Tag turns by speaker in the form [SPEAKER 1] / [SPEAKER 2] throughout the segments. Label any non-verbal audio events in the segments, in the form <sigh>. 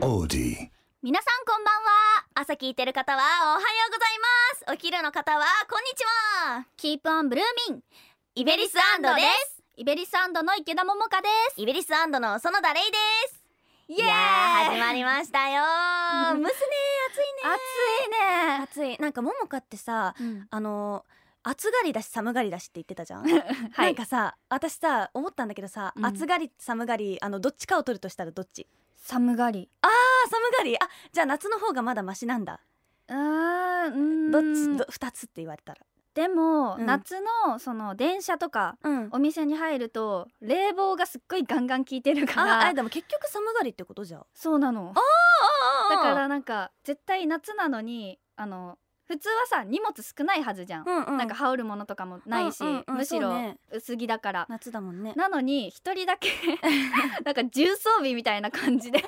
[SPEAKER 1] オーディ
[SPEAKER 2] 皆さんこんばんは朝聞いてる方はおはようございますお昼の方はこんにちはキープオンブルーミンイベリスアンドですイベリスアンドの池田桃香ですイベリスアンドの園田レイです
[SPEAKER 3] イエー
[SPEAKER 2] い
[SPEAKER 3] イ
[SPEAKER 2] やー始まりましたよ蒸すね
[SPEAKER 3] 暑いなんかももかってさ
[SPEAKER 2] 暑いね
[SPEAKER 3] あの暑がりだし寒がりだしって言ってたじゃ
[SPEAKER 2] <laughs>
[SPEAKER 3] ん、
[SPEAKER 2] はい
[SPEAKER 3] なんかさ私さ思ったんだけどさ、
[SPEAKER 2] うん
[SPEAKER 3] 暑がり寒がりあのどっちかを取るとしたらどっち
[SPEAKER 2] 寒がり
[SPEAKER 3] あー寒がりあじゃあ夏の方がまだマシなんだ
[SPEAKER 4] うーん
[SPEAKER 3] どっちど二つって言われたら
[SPEAKER 4] でも、
[SPEAKER 3] うん
[SPEAKER 4] 夏のその電車とか
[SPEAKER 3] うん
[SPEAKER 4] お店に入ると冷房がすっごいガンガン効いてるか
[SPEAKER 3] ああ
[SPEAKER 4] ら
[SPEAKER 3] でも結局寒がりってことじゃん
[SPEAKER 4] そうなの
[SPEAKER 2] だ
[SPEAKER 4] だか
[SPEAKER 2] から
[SPEAKER 4] らなんか絶対夏なのにあの普通はさ荷物少ないはずじゃん、
[SPEAKER 3] うんうん
[SPEAKER 4] なんか羽織るものとかもないし、
[SPEAKER 3] うんうんうん
[SPEAKER 4] むし
[SPEAKER 3] そ
[SPEAKER 4] ろ
[SPEAKER 3] うね
[SPEAKER 4] 薄着だから、
[SPEAKER 3] 夏だもんね
[SPEAKER 4] なのに一人だ <laughs> けなんか重装備みたいな感じで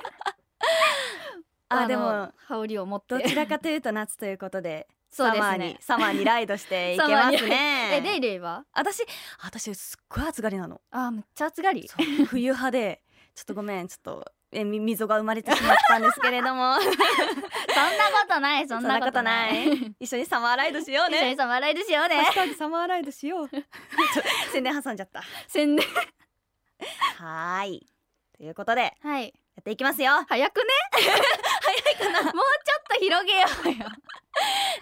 [SPEAKER 3] あ
[SPEAKER 4] の
[SPEAKER 3] でも
[SPEAKER 4] 羽織を持って
[SPEAKER 3] どちらかというと夏ということで
[SPEAKER 4] <laughs> そうで
[SPEAKER 3] サマ
[SPEAKER 4] す
[SPEAKER 3] ーに
[SPEAKER 4] ね
[SPEAKER 3] サマーにライドしていけます
[SPEAKER 4] サマーに <laughs> えレ
[SPEAKER 3] ね
[SPEAKER 4] イレイは
[SPEAKER 3] 私私すっごい暑がりなの
[SPEAKER 4] あーめっちゃ暑がり
[SPEAKER 3] そう冬派でちょっとごめんちょっとえみ溝が生まれてしまったんですけれども
[SPEAKER 4] そんなことない <laughs> そんなことない
[SPEAKER 3] そんなことな一緒にサマーライドしよう
[SPEAKER 4] <laughs> 一緒
[SPEAKER 3] ね
[SPEAKER 4] にさ笑いですよ
[SPEAKER 3] ハッシ
[SPEAKER 4] ね
[SPEAKER 3] ュタグサマーライドし <laughs> ようちょ宣伝挟んじゃった
[SPEAKER 4] 宣伝
[SPEAKER 3] はーいということでや
[SPEAKER 4] はい
[SPEAKER 3] っていきますよ
[SPEAKER 4] 早くね早い <laughs> かなもうちょっと広げようよ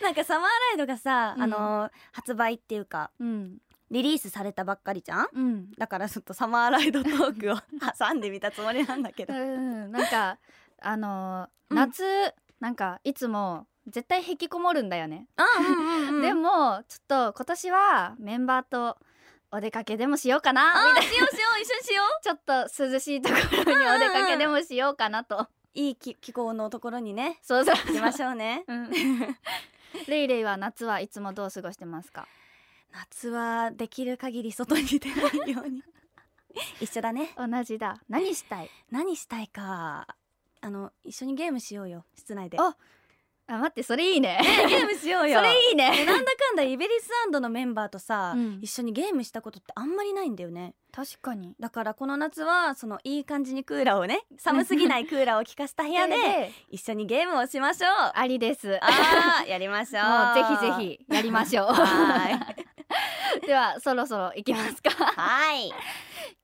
[SPEAKER 3] なんかサマーライドがさ、
[SPEAKER 4] うん
[SPEAKER 3] あのー発売っていうか
[SPEAKER 4] うん
[SPEAKER 3] リリースされたばっかりじゃん
[SPEAKER 4] うん
[SPEAKER 3] だからちょっとサマーライドトー <laughs> クを挟んでみたつもりなんだけど
[SPEAKER 4] うんなんかあのー
[SPEAKER 3] うん
[SPEAKER 4] 夏、なんかいつも絶対引きこもるんだよね、で
[SPEAKER 3] でも
[SPEAKER 4] もちょっと今年はメンバーとお出かけでもしようかなみたいな
[SPEAKER 2] しようしよう一緒にしよう
[SPEAKER 4] <laughs> ちょっと涼しいところにお出かけでもしようかなと、
[SPEAKER 3] いい気気候のところにね
[SPEAKER 4] そうそう
[SPEAKER 3] 行きましょう <laughs> ね
[SPEAKER 4] <laughs> うんレイレイは夏はいつもどう過ごしてますか
[SPEAKER 3] 夏はできる限り外に出ないように <laughs> 一緒だね
[SPEAKER 4] 同じだ何したい
[SPEAKER 3] 何したいかあの一緒にゲームしようよ室内で <laughs>
[SPEAKER 4] ああ待ってそれいいね
[SPEAKER 3] ゲームしよう
[SPEAKER 4] そ
[SPEAKER 3] よ
[SPEAKER 4] れいいね
[SPEAKER 3] えなんだかんだイベリスアンドのメンバーとさ、
[SPEAKER 4] うん
[SPEAKER 3] 一緒にゲームしたことってあんまりないんだよね
[SPEAKER 4] 確かに
[SPEAKER 3] だからこの夏はそのいい感じにクーラーをね寒すぎないクーラーを効かせた部
[SPEAKER 4] 部
[SPEAKER 3] 屋
[SPEAKER 4] <laughs>
[SPEAKER 3] で一緒にゲームをしましょう
[SPEAKER 4] ありです
[SPEAKER 3] あーやりましょう
[SPEAKER 4] もうぜひぜひやりましょう
[SPEAKER 3] はーい
[SPEAKER 4] <laughs> ではそろそろ行きますか行
[SPEAKER 3] はい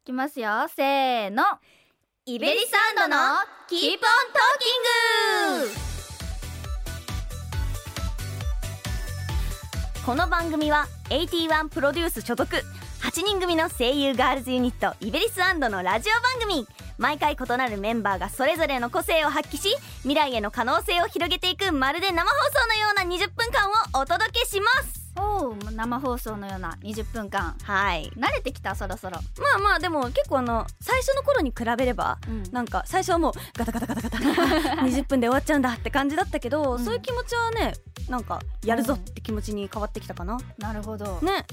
[SPEAKER 4] きますよせーの
[SPEAKER 2] イ
[SPEAKER 4] イ
[SPEAKER 2] ベリスアンドのキープオントーキングこの番組は81プロデュース所属8人組の声優ガールズユニットイベリスアンドのラジオ番組毎回異なるメンバーがそれぞれの個性を発揮し未来への可能性を広げていくまるで生放送のような20分間をお届けします
[SPEAKER 4] おう生放送のような20分間
[SPEAKER 3] はい
[SPEAKER 4] 慣れてきたそろそろ、
[SPEAKER 3] まあまあでも結構あの最初の頃に比べればな
[SPEAKER 4] な
[SPEAKER 3] んか最初はもうガタガタガタガタ
[SPEAKER 2] <laughs>
[SPEAKER 3] 20分で終わっちゃうんだって感じだったけど、
[SPEAKER 4] うん
[SPEAKER 3] そういう気持ちはねなんかやるぞって気持ちに変わってきたかな、
[SPEAKER 4] なるほど、
[SPEAKER 3] ね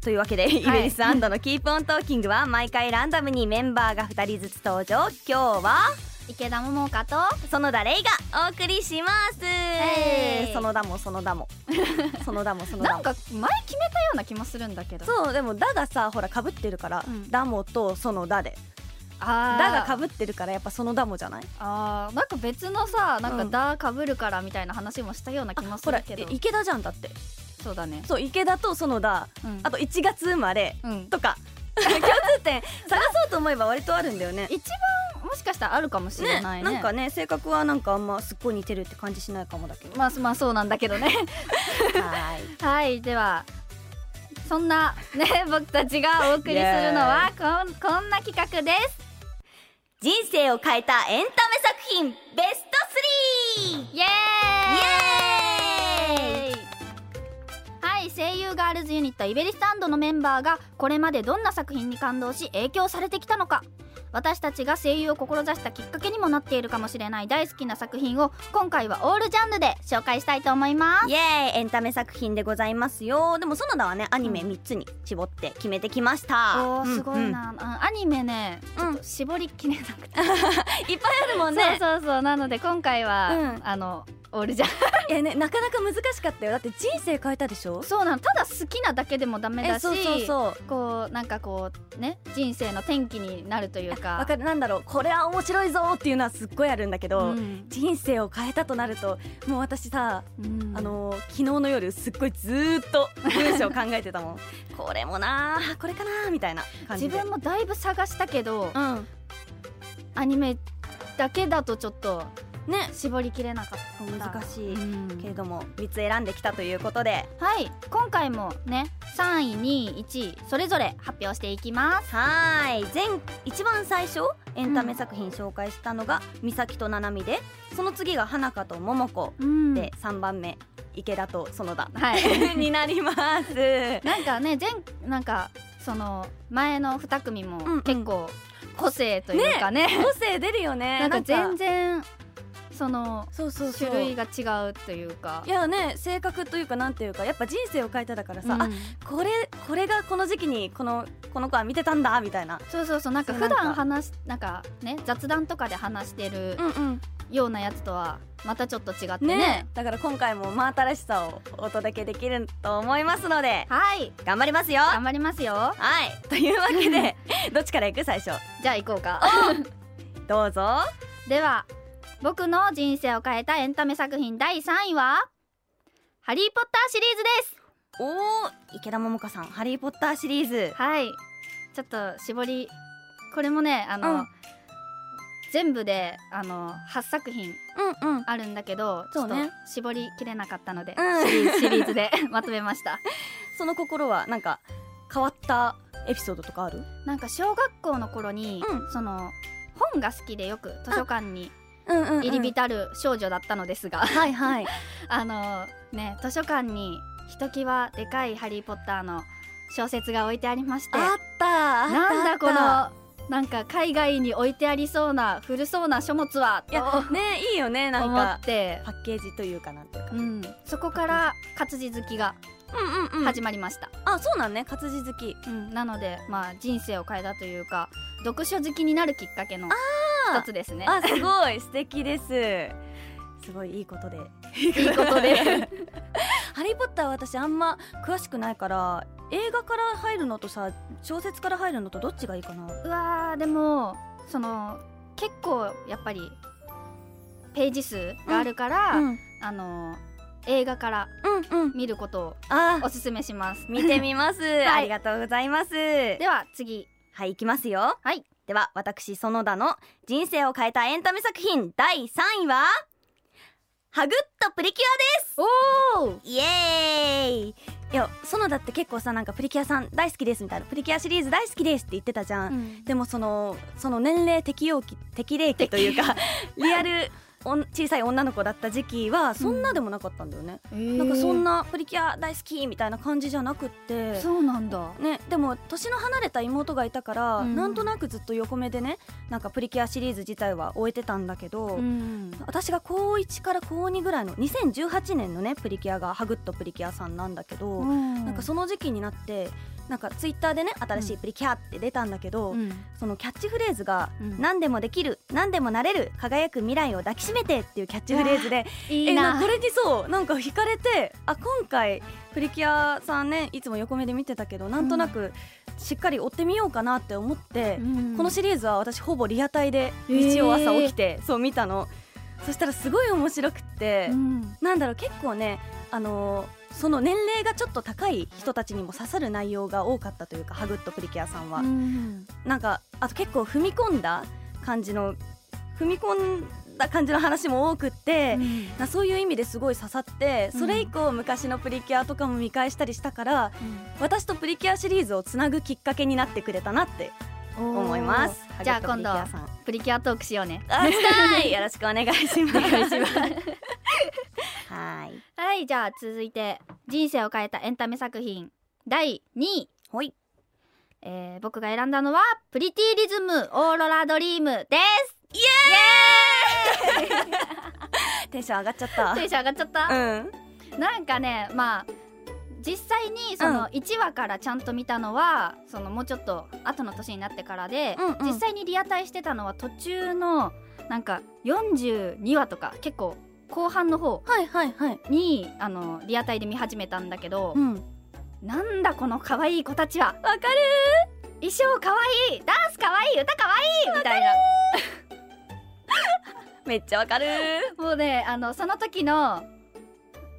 [SPEAKER 3] というわけで、イベリスアンドのキープオントーキングは毎回ランダムにメンバーが2人ずつ登場今日は
[SPEAKER 4] 池田桃香と
[SPEAKER 2] 園田レイがお送りします、
[SPEAKER 4] えい
[SPEAKER 3] そのだもその <laughs> だもそのだもそのだ
[SPEAKER 4] なん
[SPEAKER 3] も
[SPEAKER 4] か前決めたような気もするんだけど
[SPEAKER 3] そうでも「だ」がさほらかぶってるから「
[SPEAKER 4] うん
[SPEAKER 3] だも」と「そのだ」で「
[SPEAKER 4] あ
[SPEAKER 3] だ」がか
[SPEAKER 4] ぶ
[SPEAKER 3] ぶってるからやっぱそのだもじゃない
[SPEAKER 4] あーなんか別のさなんか
[SPEAKER 3] うん
[SPEAKER 4] だかぶるからみたいな話もしたような気もす
[SPEAKER 3] ほら
[SPEAKER 4] るけど、
[SPEAKER 3] え池田じゃんだって
[SPEAKER 4] そうだね
[SPEAKER 3] そう池田とそのだ
[SPEAKER 4] うん
[SPEAKER 3] あと1月生まれ
[SPEAKER 4] うん
[SPEAKER 3] と <laughs> か共通点探そうと思えば割とあるんだよね。
[SPEAKER 4] 一番もしかしたらあるかもしれないね
[SPEAKER 3] なんかね性格はなんかあんますっごい似てるって感じしないかもだ <laughs> けど。
[SPEAKER 4] まあまあそうなんだけ
[SPEAKER 3] <laughs>
[SPEAKER 4] どね
[SPEAKER 3] はい。
[SPEAKER 4] はいではそんなね僕たちがお送りするのはこんこんな企画です
[SPEAKER 2] 人生を変えたエンタメ作品ベスト 3!
[SPEAKER 4] イエ
[SPEAKER 2] イエーイ
[SPEAKER 4] ーイはい声優ガールズユニットイベリスタンドのメンバーがこれまでどんな作品に感動し影響されてきたのか私たちが声優を志したきっかけにもなっているかもしれない大好きな作品を今回はオールジャンルで紹介したいと思います
[SPEAKER 3] イエーイエンタメ作品でございますよ。でも園田はねアニメ3つに絞って決めてきました。
[SPEAKER 4] おーすごい
[SPEAKER 3] うんうん。
[SPEAKER 4] な、あアニメねちょっと絞りきれなくて、いっぱいあるも
[SPEAKER 3] んね
[SPEAKER 4] そうそうそうなので今回は、
[SPEAKER 3] うん
[SPEAKER 4] あのオールじゃん
[SPEAKER 3] いやねなかなか難しかったよだって人生変えたでしょ
[SPEAKER 4] そうなのただ好きなだけでもダメだ
[SPEAKER 3] え
[SPEAKER 4] し
[SPEAKER 3] そうそうそう
[SPEAKER 4] こうなんかこうね人生の転機になるというか
[SPEAKER 3] わかるなんだろうこれは面白いぞっていうのはすっごいあるんだけど、
[SPEAKER 4] うん
[SPEAKER 3] 人生を変えたとなるともう私さ、
[SPEAKER 4] うん
[SPEAKER 3] あのー昨日の夜すっごいずーっと文章を考えてたもん <laughs> これもなーこれかなーみたいな感じ
[SPEAKER 4] 自
[SPEAKER 3] で
[SPEAKER 4] 分もだいぶ探したけど、
[SPEAKER 3] うん
[SPEAKER 4] アニメだけだとちょっと
[SPEAKER 3] ね
[SPEAKER 4] 絞りきれなかった
[SPEAKER 3] 難しい、
[SPEAKER 4] うん
[SPEAKER 3] けれども3つ選んできたということで
[SPEAKER 4] はい今回もね3位2位1位それぞれ発表していきます
[SPEAKER 3] はーい前一番最初エンタメ作品紹介したのが美咲と七海でその次が花香と桃子
[SPEAKER 4] うん
[SPEAKER 3] で3番目池田と園 <laughs> 田
[SPEAKER 4] はい
[SPEAKER 3] になります
[SPEAKER 4] なんかね前なんかその前の2組も
[SPEAKER 3] んうん
[SPEAKER 4] 結構個性というかね,、
[SPEAKER 3] 個性出るよね
[SPEAKER 4] <laughs> なんか全然その
[SPEAKER 3] そうそうそう
[SPEAKER 4] 種類が違うというか
[SPEAKER 3] いやね性格というかなんていうかやっぱ人生を変えただからさ、
[SPEAKER 4] うん
[SPEAKER 3] あこれこれがこの時期にこのこの子は見てたんだみたいな
[SPEAKER 4] そうそうそうなんか
[SPEAKER 3] そう
[SPEAKER 4] 普
[SPEAKER 3] なんか
[SPEAKER 4] 段話しなんかね雑談とかで話してる
[SPEAKER 3] んうん
[SPEAKER 4] ようなやつとはまたちょっと違ってね
[SPEAKER 3] ねだから今回も真新しさをお届けできると思いますので
[SPEAKER 4] はい
[SPEAKER 3] 頑張りますよ
[SPEAKER 4] 頑張りますよ
[SPEAKER 3] はいというわけで <laughs> どっちから行く最初
[SPEAKER 4] じゃあ行こうか
[SPEAKER 3] どうぞ
[SPEAKER 4] では僕の人生を変えたエンタメ作品第3位は「ハリー・ポッター」シリーズです
[SPEAKER 3] おお池田桃香さん「ハリー・ポッター」シリーズ
[SPEAKER 4] はいちょっと絞りこれもねあの、
[SPEAKER 3] うん
[SPEAKER 4] 全部であの8作品
[SPEAKER 3] うんうん
[SPEAKER 4] あるんだけど
[SPEAKER 3] そうね
[SPEAKER 4] ちょっと絞りきれなかったので、
[SPEAKER 3] うん
[SPEAKER 4] シリーズシリーズで <laughs> まとめました
[SPEAKER 3] その心はなんか変わったエピソードとかある
[SPEAKER 4] なんか小学校の頃に、
[SPEAKER 3] う
[SPEAKER 4] その本が好きでよく図書館に
[SPEAKER 3] うんうん、
[SPEAKER 4] 入り浸る少女だったのですが、 <laughs>
[SPEAKER 3] はいはい
[SPEAKER 4] あのね図書館にひときわでかい「ハリー・ポッター」の小説が置いてありまして
[SPEAKER 3] あったあった
[SPEAKER 4] なん
[SPEAKER 3] あ
[SPEAKER 4] だ
[SPEAKER 3] った
[SPEAKER 4] このなんか海外に置いてありそうな古そうな書物はい
[SPEAKER 3] やねいいよね
[SPEAKER 4] と
[SPEAKER 3] なん
[SPEAKER 4] 思
[SPEAKER 3] か
[SPEAKER 4] って、
[SPEAKER 3] パッケージというかなんていうか、
[SPEAKER 4] うん、そこから活字好きが
[SPEAKER 3] うんうん
[SPEAKER 4] 始まりました、
[SPEAKER 3] あそうなんね活字好き
[SPEAKER 4] うんなのでまあ人生を変えたというか読書好きになるきっかけの
[SPEAKER 3] ー
[SPEAKER 4] 一つですね
[SPEAKER 3] あすごい素敵ですすごいいいことでいい
[SPEAKER 4] ということで
[SPEAKER 3] 「 <laughs> ハリー・ポッター」は私あんま詳しくないから映画から入るのとさ小説から入るのとどっちがいいかな
[SPEAKER 4] うわーでもその結構やっぱりページ数があるから、
[SPEAKER 3] うん
[SPEAKER 4] あの映画から
[SPEAKER 3] うん
[SPEAKER 4] 見ることを
[SPEAKER 3] あ
[SPEAKER 4] おすすめします
[SPEAKER 3] 見てみます、
[SPEAKER 4] い
[SPEAKER 3] ありがとうございます
[SPEAKER 4] では次
[SPEAKER 3] はい行きますよ
[SPEAKER 4] はい
[SPEAKER 3] では私園田の人生を変えたエンタメ作品第3位はハグッとプリキュア
[SPEAKER 4] おお
[SPEAKER 3] イエーイいや園田って結構さなんかプリキュアさん大好きですみたいなプリキュアシリーズ大好きですって言ってたじゃん、でもそのその年齢適用期適齢期というか <laughs> リアルおん小さい女の子だった時期はそんなでもなかったんだよね、なんかそん
[SPEAKER 4] な
[SPEAKER 3] なプリキュア大好きみたいな感じじゃなくって
[SPEAKER 4] そうなんだ
[SPEAKER 3] ね、でも年の離れた妹がいたから、
[SPEAKER 4] うん
[SPEAKER 3] なんとなくずっと横目でねなんかプリキュアシリーズ自体は終えてたんだけど、
[SPEAKER 4] うん
[SPEAKER 3] 私が高1から高2ぐらいの2018年のねプリキュアがハグッとプリキュアさんなんだけど、
[SPEAKER 4] な
[SPEAKER 3] なんかその時期になってなんかツイッターでね新しいプリキュアって出たんだけど、
[SPEAKER 4] うん
[SPEAKER 3] そのキャッチフレーズが、
[SPEAKER 4] うん
[SPEAKER 3] 何でもできる何でもなれる輝く未来を抱きしめてっていうキャッチフレーズで
[SPEAKER 4] い
[SPEAKER 3] え
[SPEAKER 4] い
[SPEAKER 3] ん
[SPEAKER 4] な
[SPEAKER 3] かこれにそうなんか惹かれてあ今回プリキュアさんねいつも横目で見てたけどなんとなくしっかり追ってみようかなって思って、このシリーズは私ほぼリアタイで
[SPEAKER 4] へー
[SPEAKER 3] 日曜朝起きて、そう見たのそしたらすごい面白くって、
[SPEAKER 4] うん
[SPEAKER 3] なんだろう結構ねあのーその年齢がちょっと高い人たちにも刺さる内容が多かったというかハグッとプリキュアさんは、
[SPEAKER 4] うん
[SPEAKER 3] なんかあと結構踏み込んだ感じの踏み込んだ感じの話も多くって、なそういう意味ですごい刺さって
[SPEAKER 4] うん
[SPEAKER 3] それ以降昔のプリキュアとかも見返したりしたから私とプリキュアシリーズをつなぐきっかけになってくれたなって
[SPEAKER 4] うん
[SPEAKER 3] 思います
[SPEAKER 4] おーじゃあ今度
[SPEAKER 3] ハグとプリキュアさん
[SPEAKER 4] プリキュアトークしようね
[SPEAKER 3] あしたいよろしくお願いします
[SPEAKER 4] お願いします
[SPEAKER 3] <laughs> はい
[SPEAKER 4] はいじゃあ続いて人生を変えたエンタメ作品第2位
[SPEAKER 3] ほい
[SPEAKER 4] えー僕が選んだのは「プリティリズムオーロラドリーム」です
[SPEAKER 3] テンション上がっちゃった
[SPEAKER 4] テンション上がっちゃった、
[SPEAKER 3] うん
[SPEAKER 4] なんかねまあ実際にそ
[SPEAKER 3] う
[SPEAKER 4] の1話からちゃんと見たのは、そのもうちょっと後の年になってからで、
[SPEAKER 3] うんうん
[SPEAKER 4] 実際にリアタイしてたのは途中のなんか42話とか結構後半の方
[SPEAKER 3] はいはいはい
[SPEAKER 4] にあのリアタイで見始めたんだけど、
[SPEAKER 3] うん
[SPEAKER 4] なんだこの可愛い子たちは
[SPEAKER 3] わかる
[SPEAKER 4] 衣装可愛いダンス可愛い歌可愛いみたいな
[SPEAKER 3] めっちゃわかる
[SPEAKER 4] もうねあのその時の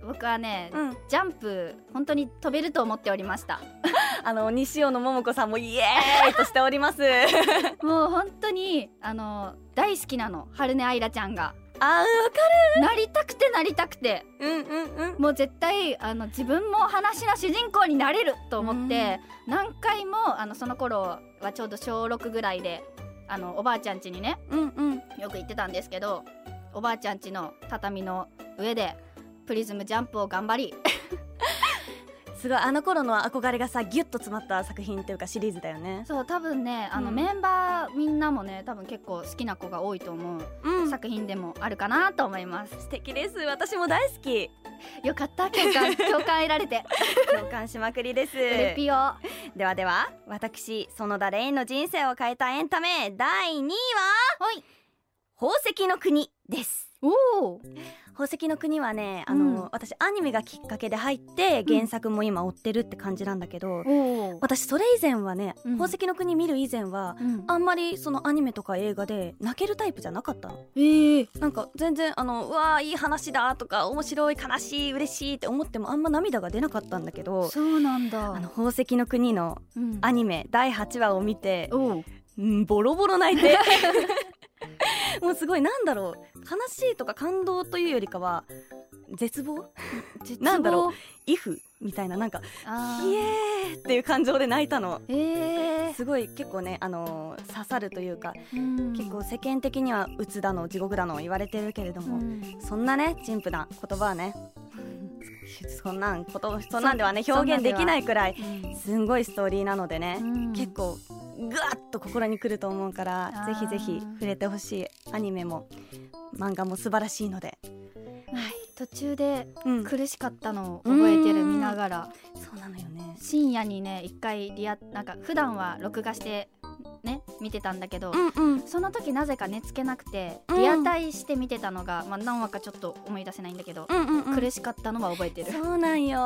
[SPEAKER 4] 僕はね、
[SPEAKER 3] うん
[SPEAKER 4] ジャンプ本当に飛べると思っておりました
[SPEAKER 3] あの西尾の桃子さんもイエーイとしており
[SPEAKER 4] <laughs>
[SPEAKER 3] ます
[SPEAKER 4] もう本当にあの大好きなの春音愛ラちゃんが
[SPEAKER 3] あ
[SPEAKER 4] なりたくてなりたくて
[SPEAKER 3] ーうんうんうん
[SPEAKER 4] もう絶対あの自分も話の主人公になれると思って、何回もあのその頃はちょうど小6ぐらいであのおばあちゃん家にね
[SPEAKER 3] うんうん
[SPEAKER 4] よく行ってたんですけどおばあちゃん家の畳の上でプリズムジャンプを頑張り
[SPEAKER 3] すごいあの頃の憧れがさギュッと詰まった作品というかシリーズだよね
[SPEAKER 4] そう多分ねあの、
[SPEAKER 3] うん
[SPEAKER 4] メンバーみんなもね多分結構好きな子が多いと思う、
[SPEAKER 3] う
[SPEAKER 4] 作品でもあるかなと思います
[SPEAKER 3] 素敵です私も大好 <laughs> き
[SPEAKER 4] よかった共 <laughs> 感共感得られて
[SPEAKER 3] 共感しまくりです
[SPEAKER 4] うれぴよは
[SPEAKER 3] ではでは私園田レインの人生を変えたエンタメ第2位はい宝石の国です
[SPEAKER 4] おお
[SPEAKER 3] 宝石の国はねあの、
[SPEAKER 4] うん
[SPEAKER 3] 私アニメがきっかけで入って原作も今追ってるって感じなんだけど、
[SPEAKER 4] おお
[SPEAKER 3] 私それ以前はね、
[SPEAKER 4] うん
[SPEAKER 3] 宝石の国見る以前は
[SPEAKER 4] うん
[SPEAKER 3] あんまりそのアニメとか映画で泣けるタイプじゃなかったの
[SPEAKER 4] えー、
[SPEAKER 3] なんか全然あのうわーいい話だとか面白い悲しい嬉しいって思ってもあんま涙が出なかったんだけど
[SPEAKER 4] そうなんだ
[SPEAKER 3] あの宝石の国の
[SPEAKER 4] うん
[SPEAKER 3] アニメ第8話を見て
[SPEAKER 4] おお
[SPEAKER 3] うんボロボロ泣い
[SPEAKER 4] <laughs>
[SPEAKER 3] てもうすごいなんだろう悲しいとか感動というよりかは絶望なんだろ
[SPEAKER 4] う
[SPEAKER 3] イフみたいななんか
[SPEAKER 4] あ
[SPEAKER 3] イエーイっていう感情で泣いたの
[SPEAKER 4] ーえー
[SPEAKER 3] すごい結構ねあのー刺さるというか
[SPEAKER 4] うん
[SPEAKER 3] 結構世間的には鬱だの地獄だの言われてるけれど
[SPEAKER 4] う
[SPEAKER 3] も、
[SPEAKER 4] ん
[SPEAKER 3] そんなね陳腐な言葉はねそんなんことそんなんではね表現できないくらいすんごいストーリーなのでね、
[SPEAKER 4] うん
[SPEAKER 3] 結構ぐわっと心にくると思うから
[SPEAKER 4] あ
[SPEAKER 3] ぜ
[SPEAKER 4] ー
[SPEAKER 3] ひぜひ触れてほしいアニメも漫画も素晴らしいので、
[SPEAKER 4] 途中で
[SPEAKER 3] うん、
[SPEAKER 4] 苦しかったのを覚えてる見ながら
[SPEAKER 3] そうなのよね
[SPEAKER 4] 深夜にね一回リアなんか普段は録画してね見てたんだけど、
[SPEAKER 3] んうん
[SPEAKER 4] その時なぜか寝つけなくて
[SPEAKER 3] うん
[SPEAKER 4] リアタイして見てたのが、まあ、何話かちょっと思い出せないんだけど、
[SPEAKER 3] うんうん、うん、
[SPEAKER 4] 苦しかったのは覚えてる。
[SPEAKER 3] そうなんよ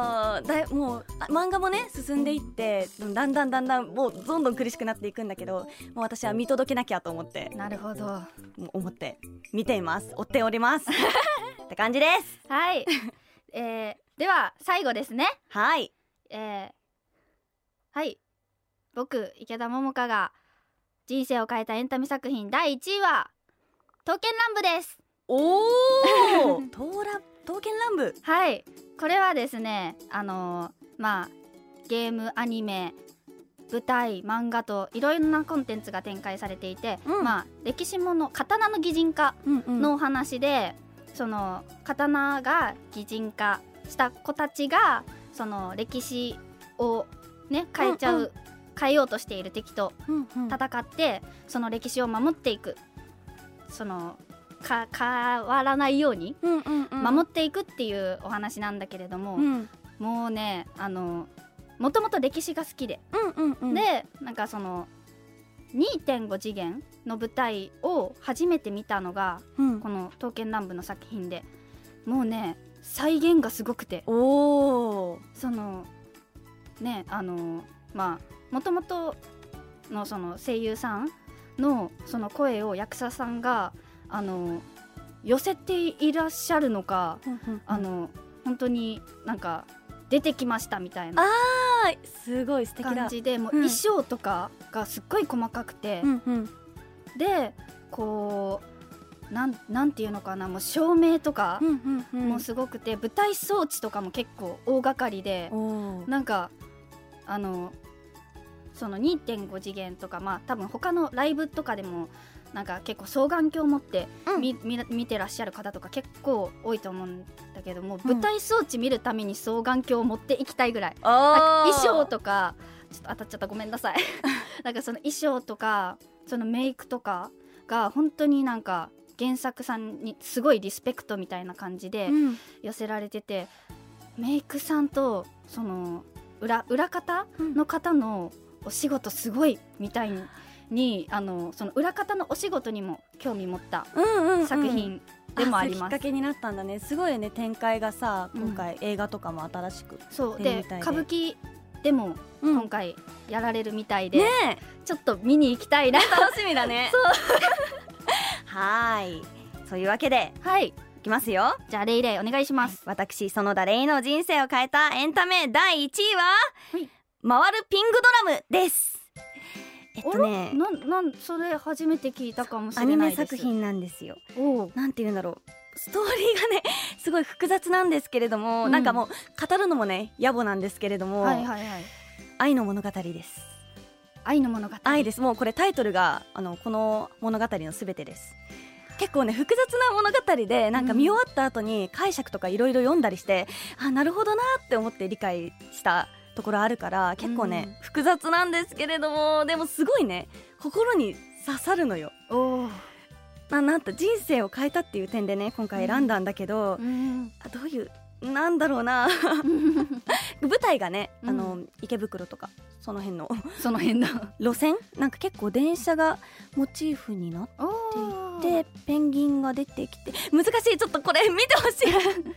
[SPEAKER 3] だいもうあ漫画もね進んでいってだんだんだんだんもうどんどん苦しくなっていくんだけどもう私は見届けなきゃと思って
[SPEAKER 4] なるほど
[SPEAKER 3] もう思って見ています追っており <laughs> ますって感じです
[SPEAKER 4] はい
[SPEAKER 3] <laughs>
[SPEAKER 4] えー、では最後ですね
[SPEAKER 3] はい
[SPEAKER 4] えー、はい僕池田桃香が人生を変えたエンタメ作品第1位は「刀剣乱舞」です
[SPEAKER 3] お <laughs> お刀ら刀剣乱舞
[SPEAKER 4] はいこれはですねあのーまあゲームアニメ舞台漫画といろいろなコンテンツが展開されていて、
[SPEAKER 3] うん
[SPEAKER 4] まあ歴史もの刀の擬人化
[SPEAKER 3] うんうん
[SPEAKER 4] のお話で、その刀が擬人化した子たちがその歴史をね変えちゃう、
[SPEAKER 3] うんう
[SPEAKER 4] 変えようとしている敵と
[SPEAKER 3] うんうん
[SPEAKER 4] 戦って、その歴史を守っていくそのか変わらないように
[SPEAKER 3] うんうんうん
[SPEAKER 4] 守っていくっていうお話なんだけれども、
[SPEAKER 3] うん
[SPEAKER 4] もうねあのもともと歴史が好きで、
[SPEAKER 3] うんうんうん
[SPEAKER 4] でなんかその2.5次元の舞台を初めて見たのが
[SPEAKER 3] うん
[SPEAKER 4] この「刀剣乱舞」の作品でもうね再現がすごくて
[SPEAKER 3] おお
[SPEAKER 4] そのねあのまあもともとのその声優さんのその声を役者さんがあの寄せていらっしゃるのかあの本当になんか出てきましたみたいな
[SPEAKER 3] あはいすごい素敵だ
[SPEAKER 4] 感じでもう
[SPEAKER 3] うん
[SPEAKER 4] 衣装とかがすっごい細かくて、
[SPEAKER 3] うんうん
[SPEAKER 4] でこうなんなんていうのかなもう照明とか
[SPEAKER 3] うんうんうん
[SPEAKER 4] もうすごくて、舞台装置とかも結構大掛かりで
[SPEAKER 3] おお
[SPEAKER 4] なんかあのその2.5次元とかまあ多分他のライブとかでもなんか結構双眼鏡を持って
[SPEAKER 3] うん
[SPEAKER 4] みみ見てらっしゃる方とか結構多いと思うんだけども、
[SPEAKER 3] うん
[SPEAKER 4] 舞台装置見るために双眼鏡を持っていきたいぐらいなん
[SPEAKER 3] 衣
[SPEAKER 4] か衣装とかちょっと当たっちゃったごめんなさい <laughs> なんかその衣装とかそのメイクとかが本当になんか原作さんにすごいリスペクトみたいな感じで
[SPEAKER 3] うん
[SPEAKER 4] 寄せられてて、メイクさんとその裏裏方
[SPEAKER 3] うん
[SPEAKER 4] の方のお仕事すごいみたいににあのその裏方のお仕事にも興味持った
[SPEAKER 3] うんうんうん
[SPEAKER 4] 作品でもあ
[SPEAKER 5] そうい
[SPEAKER 4] りま
[SPEAKER 5] うきっか
[SPEAKER 4] す
[SPEAKER 5] けになったんだねすごいね展開がさ今回映画とかも新しく、
[SPEAKER 4] そう
[SPEAKER 5] やる
[SPEAKER 4] で
[SPEAKER 5] みたいで
[SPEAKER 4] 歌舞伎でも
[SPEAKER 5] うん
[SPEAKER 4] 今回やられるみたいで、
[SPEAKER 5] ね
[SPEAKER 4] ちょっと見に行きたいな <laughs>
[SPEAKER 3] 楽しみだね <laughs> はーいそういうわけで
[SPEAKER 4] はい
[SPEAKER 3] いきますよ
[SPEAKER 4] じゃあレイレイお願いします
[SPEAKER 3] 私園田レイの人生を変えたエンタメ第1位は、
[SPEAKER 4] はい
[SPEAKER 3] 回るピングドラムですえっとね
[SPEAKER 4] なんなんそれ初めて聞いたかもし
[SPEAKER 3] ア
[SPEAKER 4] れ
[SPEAKER 3] ニ
[SPEAKER 4] ない
[SPEAKER 3] メ
[SPEAKER 4] です
[SPEAKER 3] 作品なんですよ
[SPEAKER 4] おう
[SPEAKER 3] なんて言うんだろうストーリーがね <laughs> すごい複雑なんですけれども、
[SPEAKER 4] うん
[SPEAKER 3] なんかもう語るのもね野暮なんですけれども、
[SPEAKER 4] はいはいはい
[SPEAKER 3] 愛の物語です
[SPEAKER 4] 愛の物語
[SPEAKER 3] 愛ですもうこれタイトルがあのこの物語のすべてです結構ね複雑な物語でなんか見終わった後に解釈とかいろいろ読んだりして、あなるほどなって思って理解したところあるから結構ね、
[SPEAKER 4] うん
[SPEAKER 3] 複雑なんですけれどもでもすごいね心に刺さるのよ
[SPEAKER 4] おう
[SPEAKER 3] まあなんと人生を変えたっていう点でね今回選んだんだけど、
[SPEAKER 4] うん
[SPEAKER 3] あどういうなんだろうな <laughs> 舞台がね、あ
[SPEAKER 4] う
[SPEAKER 3] の池袋とかその辺の
[SPEAKER 4] その辺だ
[SPEAKER 3] 路線なんか結構電車がモチーフになっ
[SPEAKER 4] おお
[SPEAKER 3] てペンギンが出てきて難しいちょっとこれ見てほしい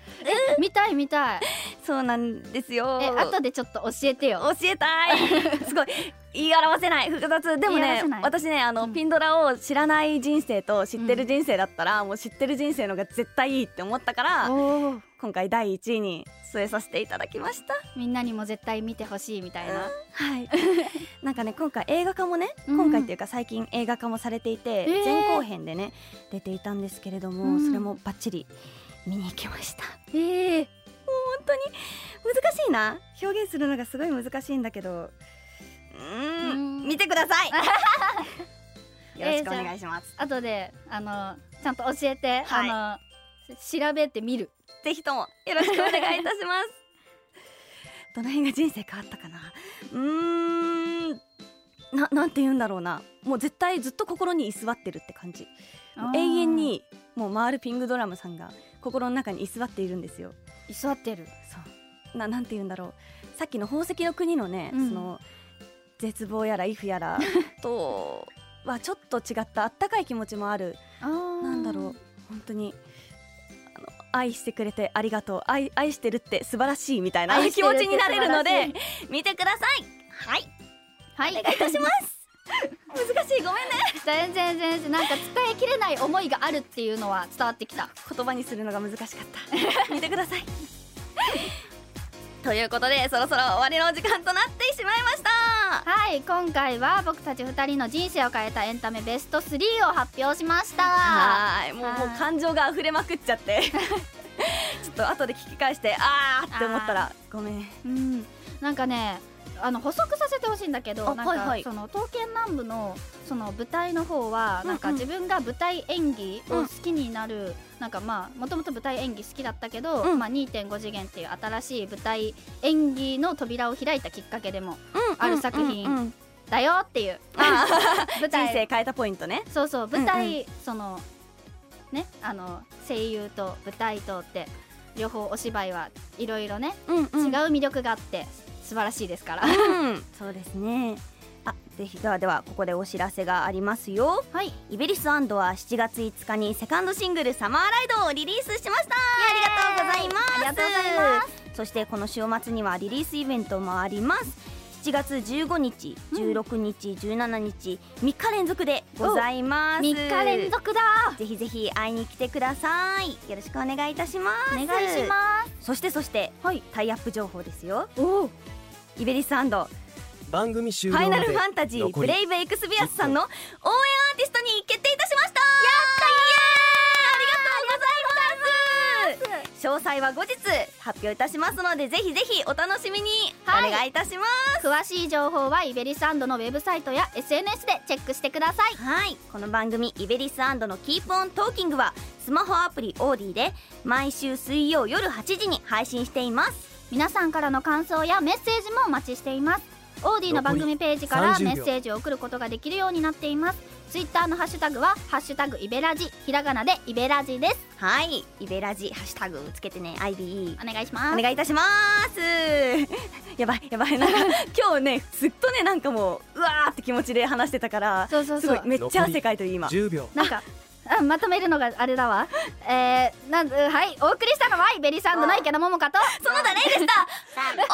[SPEAKER 4] 見たい見たい <laughs>
[SPEAKER 3] そうなんですよ
[SPEAKER 4] え後でちょっと教えてよ
[SPEAKER 3] 教えたい
[SPEAKER 4] <laughs>
[SPEAKER 3] すごい言い表せない複雑でも
[SPEAKER 4] 言い
[SPEAKER 3] ね
[SPEAKER 4] 表せない
[SPEAKER 3] 私ねあの、
[SPEAKER 4] うん
[SPEAKER 3] ピンドラを知らない人生と知ってる人生だったら、もう知ってる人生の方が絶対いいって思ったから
[SPEAKER 4] おう
[SPEAKER 3] 今回第1位に据えさせていただきました
[SPEAKER 4] みんなにも絶対見てほしいみたいな
[SPEAKER 3] はい、 <laughs> なんかね今回映画化もね、
[SPEAKER 4] うん
[SPEAKER 3] 今回っていうか最近映画化もされていて、
[SPEAKER 4] えー
[SPEAKER 3] 前後編でね出ていたんですけれども、
[SPEAKER 4] うん
[SPEAKER 3] それもバッチリ見に行きました
[SPEAKER 4] ええ
[SPEAKER 3] 本当に難しいな表現するのがすごい難しいんだけどうーん
[SPEAKER 4] うん
[SPEAKER 3] 見てくださ <laughs> いよろしくお願いします、
[SPEAKER 4] 後であのちゃんと教えて、
[SPEAKER 3] はい
[SPEAKER 4] あの調べてみる
[SPEAKER 3] ぜひともよろしくお願いいたします <laughs> どの辺が人生変わったかなうーんななんて言うんだろうなもう絶対ずっと心に居座ってるって感じもう永遠にもう回るピングドラムさんが心の中に居座っているんですよ
[SPEAKER 4] 居座ってる
[SPEAKER 3] そうななんて言うんだろうさっきの宝石の国のね、
[SPEAKER 4] うん
[SPEAKER 3] その絶望やらイフやら
[SPEAKER 4] <laughs>
[SPEAKER 3] とはちょっと違ったあったかい気持ちもあるな
[SPEAKER 4] なん
[SPEAKER 3] だろう本当にあの愛してくれてありがとう愛愛してるって素晴らしいみたいな
[SPEAKER 4] 愛
[SPEAKER 3] 気
[SPEAKER 4] してるっ
[SPEAKER 3] 持
[SPEAKER 4] て
[SPEAKER 3] ちになれるの
[SPEAKER 4] 素晴らし
[SPEAKER 3] で見てくださいはい
[SPEAKER 4] はい <laughs>
[SPEAKER 3] お願いいたします難しいごめんね
[SPEAKER 4] 全然全然なんか伝えきれない思いがあるっていうのは伝わってきた
[SPEAKER 3] 言葉にするのが難しかった <laughs> 見てくださいということでそろそろ終わりのお時間となってしまいました
[SPEAKER 4] はい今回は僕たち2人の人生を変えたエンタメベスト3を発表しました
[SPEAKER 3] はーいもう
[SPEAKER 4] はい
[SPEAKER 3] もう感情が溢れまくっちゃって <laughs> ちょっと後で聞き返してあーって思ったらごめん
[SPEAKER 4] うんなんかねあの補足させてほしいんだけど
[SPEAKER 3] あ
[SPEAKER 4] なん
[SPEAKER 3] はい
[SPEAKER 4] か
[SPEAKER 3] はい
[SPEAKER 4] その刀剣乱舞のその舞台の方は
[SPEAKER 3] うん
[SPEAKER 4] なんか自分が舞台演技を
[SPEAKER 3] うん
[SPEAKER 4] 好きになるなんかまあもともと舞台演技好きだったけど
[SPEAKER 3] うん
[SPEAKER 4] まあ2.5次元っていう新しい舞台演技の扉を開いたきっかけでもある作品
[SPEAKER 3] うんうんうん
[SPEAKER 4] だよっていう
[SPEAKER 3] あー
[SPEAKER 4] <laughs>
[SPEAKER 3] 人
[SPEAKER 4] 舞台
[SPEAKER 3] 生変えたポイントね
[SPEAKER 4] そうそう舞
[SPEAKER 3] うん
[SPEAKER 4] 台、そのねあの声優と舞台とって両方お芝居はいろいろね、
[SPEAKER 3] うん
[SPEAKER 4] 違う
[SPEAKER 3] 違う
[SPEAKER 4] 魅力があって素晴らしいですから
[SPEAKER 3] そうですねあぜひではではここでお知らせがありますよ
[SPEAKER 4] はい
[SPEAKER 3] イベリスアンドは7月5日にセカンドシングル「サマーライド」をリリースしましたありがとうございます
[SPEAKER 4] ありがとうございます
[SPEAKER 3] そしてこの週末にはリリースイベントもあります7月15日16日、17日3日連続でございます
[SPEAKER 4] 3日連続だ
[SPEAKER 3] ぜひぜひ会いに来てくださいよろしくお願いいたします
[SPEAKER 4] お願いします
[SPEAKER 3] すそしてそして、
[SPEAKER 4] はい
[SPEAKER 3] タイアップ情報ですよ
[SPEAKER 4] おお
[SPEAKER 3] イベリスアンド
[SPEAKER 2] 番組終
[SPEAKER 3] フ
[SPEAKER 2] 了まで
[SPEAKER 3] ァイナルファンタジー
[SPEAKER 2] 残
[SPEAKER 3] ブ
[SPEAKER 2] り
[SPEAKER 3] レイブエクスビアスさんの応援アーティストに決定いたしましたやったイエーイありがとうございます詳細は後日発表いたしますのでぜひぜひお楽しみにお
[SPEAKER 4] はい
[SPEAKER 3] 願いいたしま
[SPEAKER 4] 詳しい情報はイベリサンドのウェブサイトや SNS でチェックしてください
[SPEAKER 3] すはい、この番組「イベリスのキープオントーキングはスマホアプリオーディで毎週水曜夜8時に配信しています
[SPEAKER 4] 皆さんからの感想やメッセージもお待ちしていますオーディの番組ページから
[SPEAKER 2] 残り30
[SPEAKER 4] メ
[SPEAKER 2] 秒
[SPEAKER 4] ッセージを送ることができるようになっていますツイッターのハッシュタグは「ハッシュタグイベラジ」ひらがなでイベラジです
[SPEAKER 3] はいイベラジハッシュタグつけてね IBE
[SPEAKER 4] お願いします
[SPEAKER 3] お願いいたします。 <laughs> やばいやばいなんか今日ねずっとねなんかもううわーって気持ちで話してたから
[SPEAKER 4] そうそう
[SPEAKER 3] す
[SPEAKER 4] そ
[SPEAKER 3] ごいうめっちゃ汗かいてる今。
[SPEAKER 2] 10秒
[SPEAKER 4] なんかうんまとめるのがあれだわえー、なん <laughs> うんはいお送りしたのはイベリサンドの池田桃香と
[SPEAKER 2] 園田レイでしたお疲れ